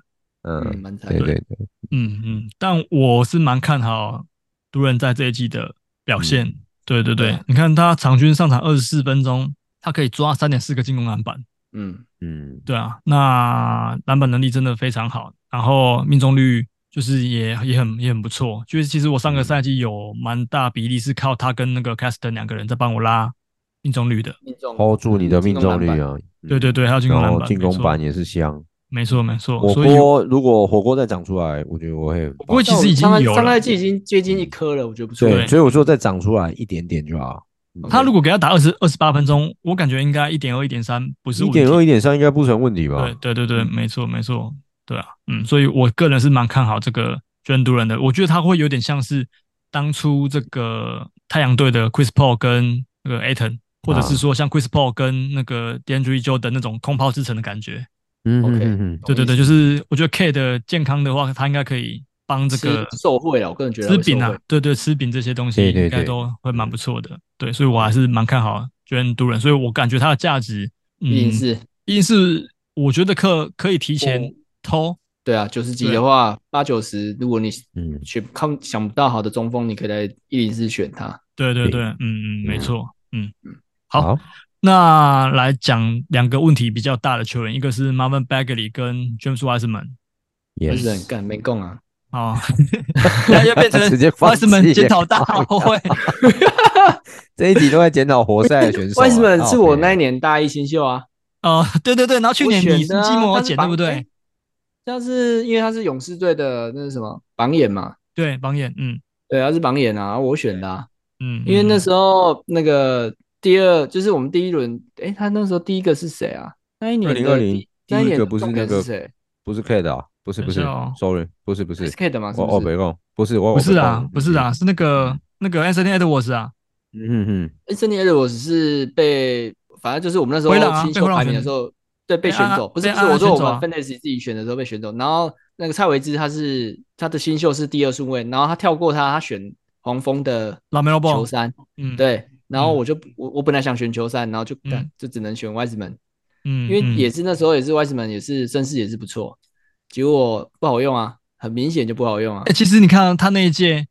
D: 嗯，
C: 嗯，
D: 蛮菜
C: 对
D: 的，
C: 对对，
A: 嗯嗯，但我是蛮看好杜人在这一季的表现。
C: 嗯
A: 对对
D: 对
A: 对
D: 啊，
A: 你看他场均上场二十四分钟，他可以抓三点四个进攻篮板。
D: 嗯，
C: 嗯，
A: 对啊，那篮板能力真的非常好，然后命中率就是也也很也很不错。就是其实我上个赛季有蛮大比例是靠他跟那个 Caston 两个人在帮我拉命中率的。
D: 命中
C: hold 住你的命中率
D: 篮板，
C: 啊。嗯
A: 对对，对，还有进攻
C: 然
A: 篮
C: 后
A: 板，
C: 进攻板
A: 没错
C: 也是香。
A: 没错没错。
C: 火
A: 所以我
C: 锅如果火锅再长出来，我觉得我会很棒。
A: 不过其实已经
D: 上
A: 有
D: 上
A: 了
D: 赛，季已经接近一颗了，我觉得不错，
C: 对，
A: 对
C: 所以我说再长出来一点点就好。
A: 他如果给他打二十二十八分钟，我感觉应该一点二一点三不是
C: 一
A: 问题。
C: 点二、一点三应该不成问题吧？
A: 对对对对，没错没错，对啊，嗯，所以我个人是蛮看好这个 j o n d u r a n 的，我觉得他会有点像是当初这个太阳队的 Chris Paul 跟那个 Aton，或者是说像 Chris Paul 跟那个 DeAndre Jordan 那种空抛之城的感觉。
C: 嗯
D: OK
C: 嗯
A: 对对对，
D: 懂意思
A: 就是我觉得 K 的健康的话，他应该可以帮这个
D: 吃受贿了，我个人觉得他
A: 吃
D: 会
A: 饼
D: 受
A: 啊
D: 贿，
A: 对对，吃饼这些东西
C: 对对
A: 应该
C: 对
A: 都会蛮不错的。对，所以我还是蛮看好 j o r d n d u r a n 所以我感觉他的价值，
D: 毕
A: 嗯
D: 竟，是
A: 一定是我觉得可可以提
D: 哦
A: 前偷。
D: 对啊，九十级
A: 对
D: 的话，八九十，如果你
C: 嗯
D: 选看想不到好的中锋，你可以在一零四选他。
A: 对对
C: 对
A: 对，嗯嗯，
D: 啊
A: 没
C: 嗯
A: 错，嗯
D: 嗯。
A: 好，，那来讲两个问题比较大的球员，一个是 Marvin Bagley 跟 James Wiseman
C: 也
D: 就是很干没供啊，
A: 哦，那又变成
C: 直接放弃
A: Wiseman 检讨大会。
C: 这一集都在检讨活塞的选手啊。
D: 为什么是我那一
C: 靠北
D: 年大一新秀啊？
A: 哦，对对对，然后去
D: 我
A: 年
D: 选
A: 你是
D: 的啊
A: 寂寞
D: 他
A: 我
D: 是
A: 捡对
D: 榜
A: 不对
D: 哎？但是因为他是勇士队的那是什么榜眼嘛，
A: 对，榜眼，嗯
D: 对，他是榜眼啊，我选的、啊，
A: 嗯，
D: 因为那时
A: 候
D: 候那个第二就是我们第一轮，诶，他那时候第一个是谁啊？那一年的
C: 2020
D: 第那一
C: 第一
D: 年
C: 个
D: 的
C: 不是
D: 重
C: 那
D: 点
C: 个
D: 是谁
C: 不是 K 的啊？不是不是
A: 等一下哦
C: ，sorry，不是不是哦
D: 是，K 的吗？是
C: 我我
D: 不
C: 北
D: 是？
C: 贡不是我
A: 不是啊，不是啊，，是那个那个 Anthony Edwards 啊，
C: 嗯嗯
D: 哎，森尼埃德我只是被，反正就是我们那时
A: 灰狼啊
D: 候新秀
A: 被灰狼
D: 排名
A: 选
D: 的时候，对，被
A: 被安
D: 选
A: 安
D: 走，不是
A: 被
D: 不是，
A: 安安
D: 我说我
A: 选走
D: 们
A: 啊
D: fantasy 自己选的时候被选走，然后那个蔡维之他是他的新秀是第二顺位，然后他跳过他，他选黄蜂的
A: Lamelo Ball
D: 球衫，
A: 嗯，，
D: 对，然后
A: 嗯
D: 我就我我本来想选球衫，然后就
A: 嗯
D: 干就只能选 Wiseman，
A: 嗯，
D: 因为
A: 嗯
D: 也是那时候也是 Wiseman 也是身世也是不错，结果不好用啊，很明显就不好用啊
A: 哎、，其实你看啊他那一届，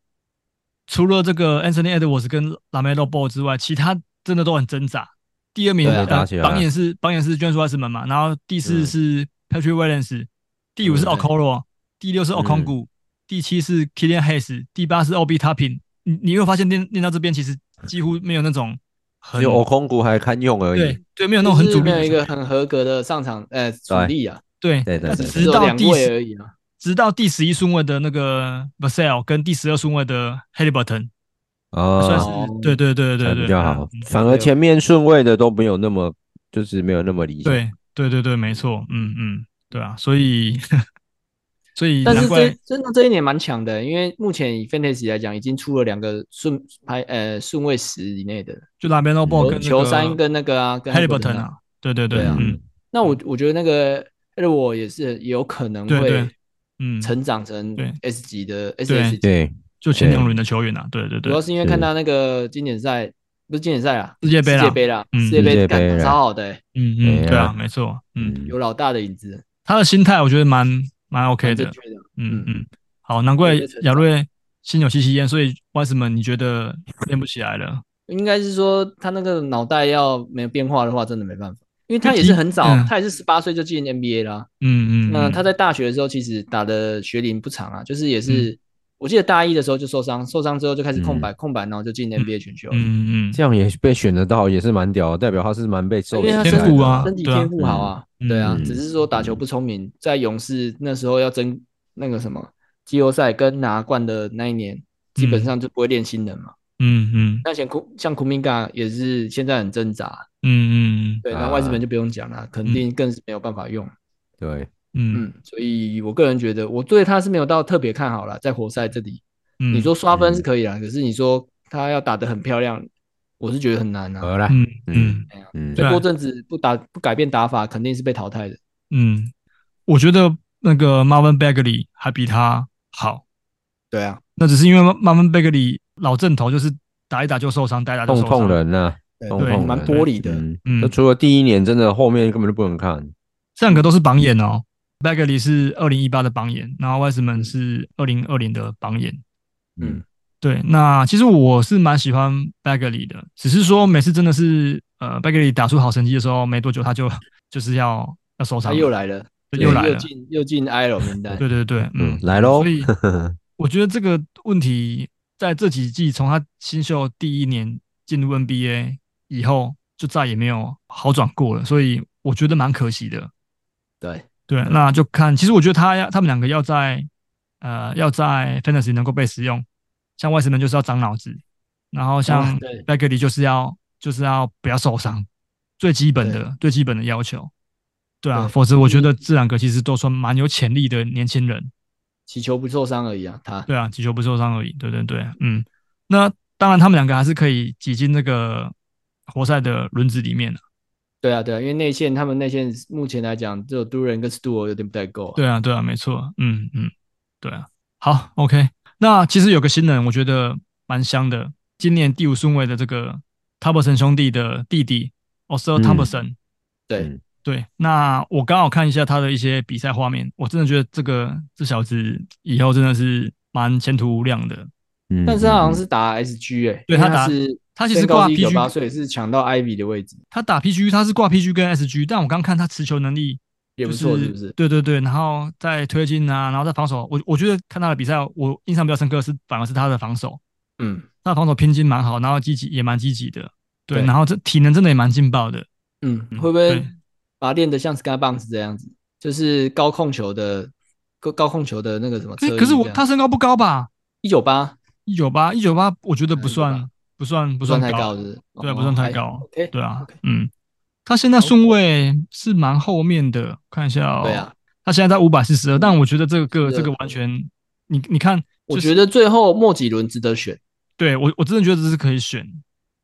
A: 除了这个 Anthony Edwards 跟 Lamelo Ball 之外，其他真的都很挣扎。第二名
D: 对啊
A: 呃
C: 打起来
A: 榜眼是榜眼是 James Wiseman 嘛，然后第四
C: 嗯
A: 是 Patrick Williams，、第五是
D: 嗯
A: Okoro，第六是
C: 嗯
A: Okongu，、第七是 Killian Hayes，第八是 Ob Toppin。你你会发现练练到这边，其实几乎没有那种
C: 嗯，
A: 很
C: 只有欧空谷还堪用而已。
A: 对对，没有那种很
D: 就是
A: 主力
D: 没有
A: 的
D: 一
A: 球
D: 个
A: 员，
D: 很合格的上场呃主力啊，
A: 对
C: 对对
A: 但是
C: 对
D: 只
A: 直
D: 有
A: 到
D: 两
A: 第
D: 位
A: 十
D: 而已啊，
A: 直到第十一顺位的那个 Vassell 跟第十二顺位的 Halliburton，
C: 啊，
A: 算是
D: 哦
A: 对对对对
C: 才
A: 对，
C: 比较好
A: 嗯。
C: 反而前面顺位的都没有那么，就是没有那么理想。
A: 对对对对，没错，嗯嗯，对啊，所以 所以
D: 但
A: 难
D: 是
A: 怪
D: 这真的这一年蛮强的，因为目前以 Fantasy 来讲，已经出了两个顺排呃顺位十以内的
A: 就拉边 n o b a
C: 哦
D: 球
A: 跟
D: 球三跟那个啊跟
A: Halliburton 啊
D: Haliburton，
A: 对对对
D: 对啊，
A: 嗯
D: 那我我觉得那个热我也是有可能
A: 对对
D: 会
A: 嗯，
D: 成长成
A: 对
D: S 级的 SS 级，
C: 对
A: 就前两轮的球员啊，对对
D: 主
A: 对
D: 要，是因为看他那个经典赛不是经典赛啊，
A: 世界杯
D: 世
A: 啦
D: 界，杯啦，
A: 嗯
D: 世界
C: 世
D: 杯
C: 界杯
D: 干
C: 啦
D: 超好的欸，
A: 嗯嗯，
C: 哎
A: 对啊，
C: 呀
A: 没错，嗯，
C: 嗯，
D: 有老大的影子
A: 他的心态我觉得蛮蛮 OK
D: 蛮
A: 的
D: 正，确的。
A: 嗯
D: 嗯
A: 嗯，好，难怪
D: 有在成
A: 亚
D: 长
A: 瑞心有戚戚焉，所以 w i s e m a n 你觉得练不起来了？
D: 应该是说他那个脑袋要没有变化的话，真的没办法，因为他也是很早，
A: 嗯
D: 他也是十八岁就进 NBA 啦。
A: 嗯嗯，
D: 那他
A: 嗯
D: 在大学的时候其实打的学龄不长啊，就是也
A: 嗯
D: 是、我记得大一的时候就受伤，受伤之后就开始空白，空白然后就进 NBA 选秀了。
A: 嗯嗯
C: 这样也被选得到，也是蛮屌的，代表他是蛮被受
D: 因为他
C: 喜
D: 身
C: 爱
A: 天赋
C: 的
A: 啊
D: 身体
A: 对啊
D: 天赋好啊，
A: 嗯
D: 对啊，
C: 嗯
D: 只是说打球不聪明，在勇士那时候要争那个什么季后赛跟拿冠的那一年，基本上就不会练新人嘛。
A: 嗯嗯
D: 那像库像库明嘎也是现在很挣扎，
A: 嗯嗯
D: 对，
C: 啊
D: 那外资本就不用讲了，肯定更是没有办法用。
C: 对，
A: 嗯
D: 嗯，所以我个人觉得，我对他是没有到特别看好了，在活塞这里，
A: 嗯，
D: 你说刷分是可以啦，可是你说他要打得很漂亮，我是觉得很难啊。
C: 好啦，
A: 嗯嗯
C: 嗯嗯
D: 所
A: 对
D: 以过阵子不打不改变打法，肯定是被淘汰的。
A: 嗯，我觉得那个 Marvin Bagley 还比他好，
D: 对啊，
A: 那只是因为 Marvin Bagley 老正头，就是打一打就受伤，打一打就
C: 痛
A: 受伤。
C: 痛人啊呐，
D: 对
C: 痛
A: 对
C: 痛
D: 蛮
C: 人
D: 玻璃的。
C: 嗯
A: 嗯，
C: 那除了第一年，真的后面根本就不能看。
A: 这两个都是榜眼哦。Bagley 是二零一八的榜眼，然后 Wiseman 是二零二零的榜眼。
D: 嗯
A: 对，那其实我是蛮喜欢 Bagley 的，只是说每次真的是呃 Bagley 打出好成绩的时候，没多久他就 就是要要受伤
D: 他
A: 了，
D: 又来了，
A: 对又来
D: 又
A: 了。
D: 进又进 IL 名单。
A: 对对对，嗯
C: 嗯，，来喽
A: 所， 以
C: 嗯
A: 我觉得这个问题在这几季从他新秀第一年进入 NBA 以后，就再也没有好转过了，所以我觉得蛮可惜的。
D: 对，
A: 对，那就看，其实我觉得他要他们两个要在呃要在 Fantasy 能够被使用，像外 e 人就是要长脑子，然后像
D: 嗯对
A: Bagley 就是要就是要不要受伤，最基本的最基本的要求。对啊，
D: 对
A: 否则我觉得
D: 嗯
A: 这两个其实都算蛮有潜力的年轻人。
D: 祈求不受伤而已啊。他
A: 对啊，击球不受伤而已。对对对，嗯，那当然他们两个还是可以挤进那个活塞的轮子里面的。
D: 对啊对啊，因为内线他们内线目前来讲，只有都人跟 Stu 有点不太够啊。
A: 对啊，对啊，没错，嗯嗯，对啊。好，OK，那其实有个新人，我觉得蛮香的，今年第五顺位的这个 Thompson 兄弟的弟弟 o s t e r
C: 嗯
A: Thompson、
D: 对
C: 嗯
A: 对，那我刚好看一下他的一些比赛画面，我真的觉得这个这小子以后真的是蛮前途无量的。
C: 嗯
D: 但是他好像是打 SG 哎，
A: 对
D: 因为
A: 他打
D: 是
A: 他其实
D: 身高
A: 挂
D: 一
A: PG
D: 九八，所以是抢到 Ivy 的位置，
A: 他打 PG，他是挂 PG 跟 SG，但我刚看他持球能力
D: 也不
A: 就是
D: 错，是不是？
A: 对对对，然后再推进啊，然后再防守。我我觉得看他的比赛，我印象比较深刻的是反而是他的防守，
D: 嗯
A: 他的防守拼劲蛮好，然后积极也蛮积极的，对，
D: 对
A: 然后这体能真的也蛮劲爆的，
D: 嗯，会不会
A: 对
D: 把他练得像 Skybounce 这样子，就是高控球的高高控球的那个什么
A: 可
D: 车
A: 是可是我他身高不高吧？
D: 一九八
A: 一九八一九八，我觉得不
D: 198
A: 算不算不
D: 不
A: 算
D: 算太
A: 高
D: 高，是不是？
A: 对啊，
D: 哦
A: 不算太
D: 还
A: 高，
D: OK，
A: 对啊
D: OK，
A: 嗯，他现在顺位是蛮后面的，看一下哦，
D: 对啊，
A: 他现在在五百四十二，但我觉得这个
D: 是的
A: 这个完全，你你看，
D: 我
A: 就是
D: 觉得最后末几轮值得选，
A: 对我我真的觉得这是可以选，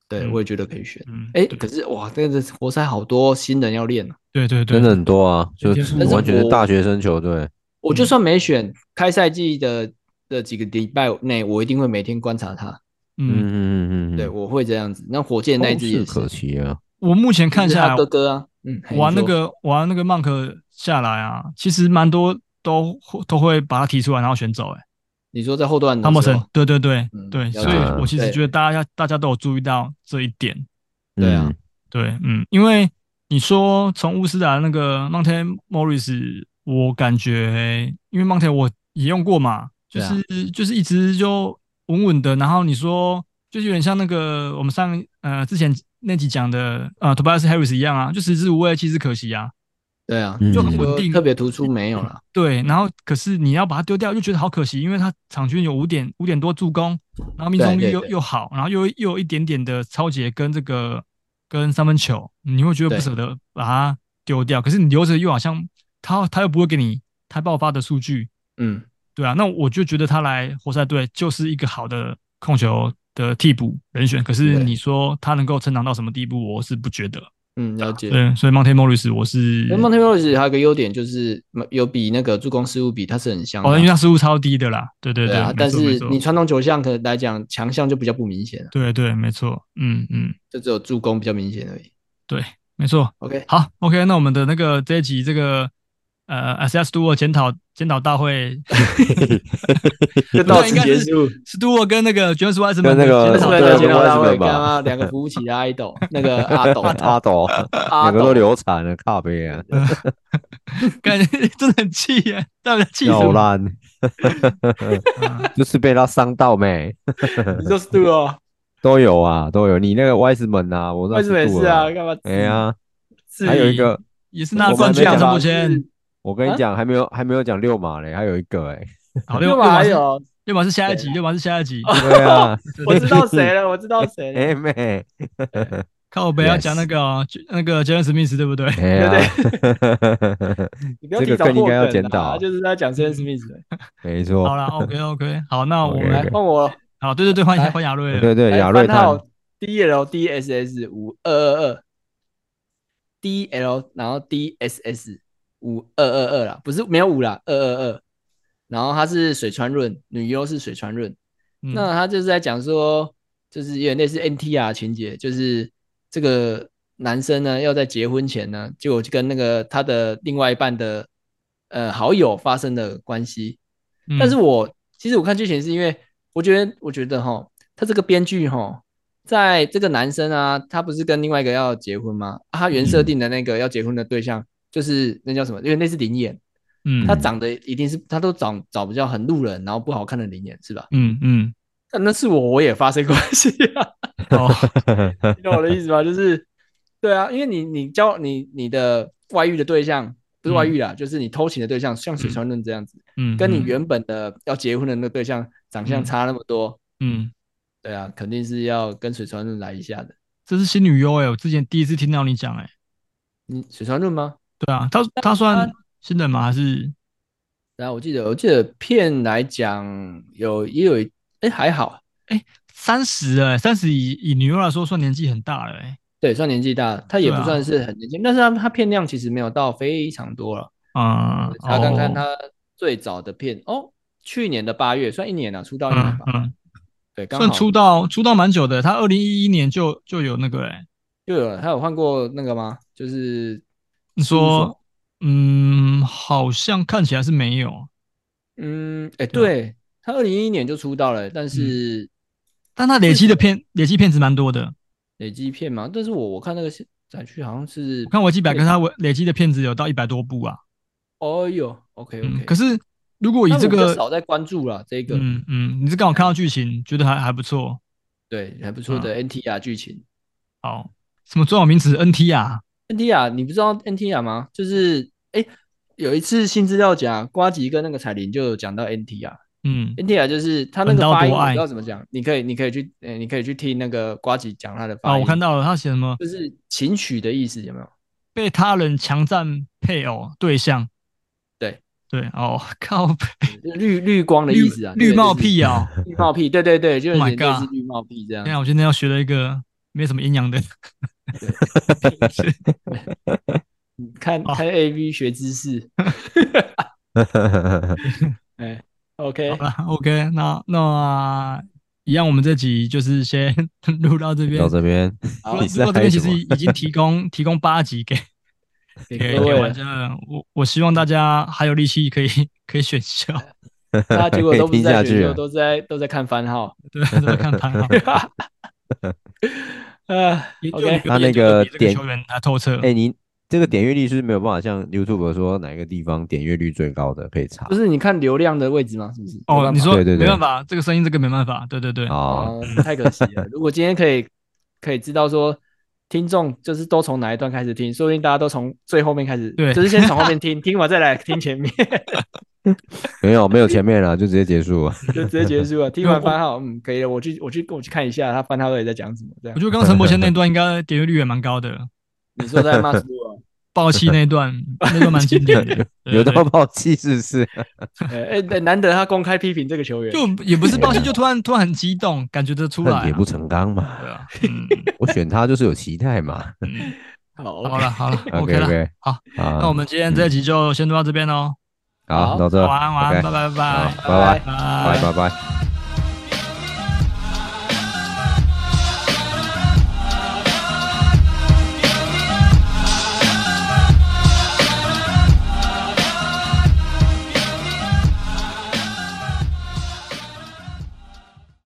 D: 对
A: 嗯
D: 我也觉得可以选。
A: 嗯，
D: 哎、
A: 对
D: 可是哇，这个活塞好多新人要练啊！
A: 对对对，
C: 真的很多啊，就
A: 天赋
C: 完全是大学生球队。
D: 我
A: 嗯
D: 就算没选，开赛季的的几个礼拜内，我一定会每天观察他。
A: 嗯，
C: 嗯嗯嗯嗯，
D: 对，
C: 我
D: 我会这样子。那火箭那一支也是，
C: 可惜啊。
A: 我目前看
D: 就是
A: 下
D: 他
A: 来，
D: 哥哥啊，嗯，嘿
A: 玩那，
D: 你说
A: 个玩那个 Monk 下来啊，其实蛮多都会都会把他提出来，然后选走、欸。哎，
D: 你说在后段
A: 汤
D: 的
A: 姆
D: 时
A: 森
D: 候，，
A: 对对对、
D: 嗯
A: 对，
D: 了解
A: 所以我其实
D: 对
A: 觉得大家大家都有注意到这一点。
D: 对啊
C: 嗯，
A: 对，嗯，因为你说从乌斯达那个 Monte Morris，我感觉因为 Monte 我也用过嘛，就
D: 对
A: 是
D: 啊、
A: 就是一直就稳稳的，然后你说就是有点像那个我们上呃之前那集讲的呃 Tobias Harris 一样啊，就食之无味，弃之可惜啊。
D: 对啊，
C: 嗯
A: 就很稳定
D: 特别突出没有啦。
A: 对，然后可是你要把它丢掉，又觉得好可惜，因为它场均有五点五点多助攻，然后命中率
D: 对对
A: 又
D: 对
A: 又好，然后又又有一点点的超解跟这个跟三分球，你会觉得不
D: 对
A: 舍得把它丢掉，可是你留着又好像他他又不会给你他爆发的数据，
D: 嗯，
A: 对啊，那我就觉得他来活塞队就是一个好的控球的替补人选，可是
D: 对
A: 你说他能够成长到什么地步，我是不觉得。
D: 嗯，了解。
A: 对，所以 Monte Morris 我是
D: 那 Monte Morris 还有个优点就是有比那个助攻失误比它是很像的啊，
A: 哦，因为他失误超低的啦，对对
D: 对啊，
A: 没
D: 但
A: 错没
D: 是
A: 错
D: 你传统球项可能来讲强项就比较不明显了，啊
A: 对对，没错，嗯嗯，
D: 就只有助攻比较明显而已。
A: 没错。
D: OK，
A: 好，OK，那我们的那个这一集这个呃 SS Duo 检讨检讨大会
D: 就到此结 束。
A: ，Duo 跟那个 James Wiseman
C: 跟那个
A: 的检
D: 那是
A: 讨
D: 不
A: 大会
C: 对
D: 是叫剪刀大
C: Wiseman
D: 会？
C: 吧
D: 干嘛？两个扶起的 idol，那 个阿 斗，
C: 阿斗，啊
D: 阿
C: 两个都
D: 斗，
C: 流产了，靠背啊，
A: 感觉真的很气耶，到底在气什
C: 要
A: 么？
C: 烂，
A: 嗯
C: 就是被他伤到没？
D: 你就是 do 哦，
C: 都有啊，都有。你那个 Wiseman 啊，我那
D: 为什么也是啊？？干嘛？
C: 哎，呀，
D: 至于
C: 还有一个，
A: 也是拿
C: 我
A: 冠
C: 们
A: 军
C: 没
A: 啊，
C: 有
A: 郑
C: 吧
A: 博谦，
C: 我跟
D: 啊
C: 你讲，还没有还没有讲六马嘞，还有一个 哎，
A: 好，
D: 六
A: 六
D: 马
A: 马
D: 还
A: 是
D: 有，
A: 六马是下一集，六马是下一集，
C: 对啊，
D: 我知道谁了，我知道谁 了。
C: 哎妹，
A: 靠北要
C: Yes
A: 讲那个哦就那个 James Smith 对不对？
C: 哎呀，
D: 你不要
C: 这
D: 提
C: 个
D: 早
C: 更应
D: 破
C: 该要
D: 梗
C: 检
D: 啊，
C: 讨
D: 就是在讲 Sam Smith。
C: 没
A: 好
C: 错，
A: 啦 OK OK，好，那我
C: OK，OK
A: 们
D: 来换我了，
A: 好，对对对，换
D: 来
A: 换亚瑞了。
C: 对对，
D: 来
C: 亚瑞
D: 番号
C: 探
D: DLDSS 五二二二，DL 然后 DSS 五二二二啦，不是没有五啦，二二二。然后他是水川润，女优是水川润。
A: 嗯
D: 那他就是在讲说，就是有点类似 NTR 情节，就是这个男生呢要在结婚前呢，结果就跟那个他的另外一半的呃好友发生了关系。
A: 嗯
D: 但是我其实我看剧情是因为我觉得，我觉得哈，他这个编剧哈，在这个男生啊，他不是跟另外一个要结婚吗？
A: 嗯
D: 啊他原设定的那个要结婚的对象就是那叫什么？因为那是灵眼，
A: 嗯
D: 他长得一定是他都长找不叫很路人，然后不好看的灵眼是吧？
A: 嗯嗯
D: 那那是我，我也发生关系 啊，
A: 哦
D: 你懂我的意思吗？就是，对啊，因为你你交你你的外遇的对象不是外遇啦，就是你偷情的对象，像水川润这样子，
A: 嗯，
D: 跟你
A: 嗯
D: 原本的要结婚的那个对象长相差那么多，
A: 嗯，
D: 对啊，肯定是要跟水川润来一下的。
A: 这是新女优哎、我之前第一次听到你讲哎、
D: 你水川润吗？
A: 对啊，她她算新人吗？还是
D: 然后啊我记得我记得片来讲有也有一哎还好，
A: 三十哎，三十以以女优来说算年纪很大了哎、
D: 对，算年纪大，他也
A: 对
D: 不
A: 啊
D: 算是很年轻，但是他他片量其实没有到非常多了。
A: 嗯，
D: 查看看
A: 哦
D: 他最早的片哦，去年的八月，算一年了、出道一年
A: 嗯
D: 吧。
A: 嗯，
D: 对，刚
A: 算
D: 好
A: 出道出道蛮久的，她二零一一年就就有那个哎、
D: 又有了，他有换过那个吗？就是
A: 你
D: 事务
A: 说
D: 所，
A: 嗯，好像看起来是没有，
D: 嗯，
A: 对
D: 哎、
A: 啊嗯
D: 对他二零一一年就出道了，但是
A: 但她累积的片累积片子蛮多的，
D: 累积片嘛，但是我我看那个是展区好像是
A: 我，看维基百科她累积的片子有到一百多部啊，
D: 哦哟，OK
A: 嗯，
D: OK，
A: 可是如果以
D: 但
A: 这
D: 我比较
A: 个
D: 少在关注了这个，
A: 嗯嗯，你是刚好看到剧情，觉得还还不错。
D: 对，还不错
A: 啊
D: 的 NTR 剧情。
A: 好，什么专有名词 NT 啊？
D: NTR 你不知道 NTR 吗？就是哎、有一次新资料夹瓜吉跟那个彩铃就有讲到 NTR。
A: 嗯
D: NTR 就是他那个
A: 本刀
D: 发音，
A: 多爱
D: 你知道怎么讲？你可以，你可以去，呃，你可以去听那个瓜吉讲他的发
A: 啊，
D: 音。
A: 我看到了，他写什么
D: 就是琴曲的意思，有没有？
A: 被他人强占配偶对象。
D: 对
A: 对哦，靠北，
D: 就是绿绿光的意
A: 绿
D: 思啊，
A: 绿
D: 对
A: 帽，
D: 就
A: 屁啊！
D: 是绿帽屁，对对对，就是
A: Oh my
D: 类似
A: God
D: 绿帽屁这样
A: 天。啊，我今天要学了一个没什么营养的。
D: 你看
A: 哦
D: 看 A V 学知识，哎，OK，
A: 好了，OK，那那一样，我们这集就是先录到这边
C: 到。这边，
D: 好
A: 录
C: 你是
A: 录到这
C: 还有
A: 边其
C: 什
A: 实
C: 么
A: 已经提供提供八集给
D: 给
A: 给
D: 各
A: 给
D: 位
A: 玩
D: 了，
A: 家了。我我希望大家还有力气可以可以选秀，
D: 大家结果都不是
C: 听下
D: 在选
C: 去
D: 秀，
C: 啊，
D: 都在都在看番号。
A: 对，都在看排行。
D: 呃，OK，
C: 那那个点
A: 球员他透彻，
C: 哎，你这个点阅率是不是没有办法像 YouTube 说哪个地方点阅率最高的可以查
D: 不是你看流量的位置吗？是不是？没
A: 哦，
D: 办
A: 你
D: 法
A: 说
C: 对对对
A: 没办法，这个声音这个没办法，对对对，
C: 哦，
D: 哦，太可惜了。如果今天可以可以知道说听众就是都从哪一段开始听，说不定大家都从最后面开始，
A: 对
D: 就是先从后面听，听完再来听 前面，
C: 没有没有前面了，就直接结束了。
D: 就直接结束了。听完番号，嗯，可以了，我去我去我去看一下他番号到底在讲什么。这样
A: 我觉，得刚刚陈柏谦那段应该点阅率也蛮高的，
D: 你说在骂啊什么？
A: 爆气那段那段蛮经典的，对
C: 有
A: 对
C: 到爆气是不是？
D: 哎哎，对难得他公开批评这个球员，
A: 就也不是抱歉，就突然突然很激动，感觉得出来、
C: 恨铁
A: 啊。
C: 不成钢嘛，
A: 对啊，嗯，
C: 我选他就是有期待 嘛。
A: 嗯
D: 好
A: 好了好了
C: OK
A: 了，
C: OK，
A: 好，
C: 好，
A: 那我们今天这一集就先录到这边喽。哦
C: 嗯好到这，
A: 晚安晚安，
C: OK，
A: 拜拜拜
C: 好拜啊
D: 拜
C: 拜拜拜。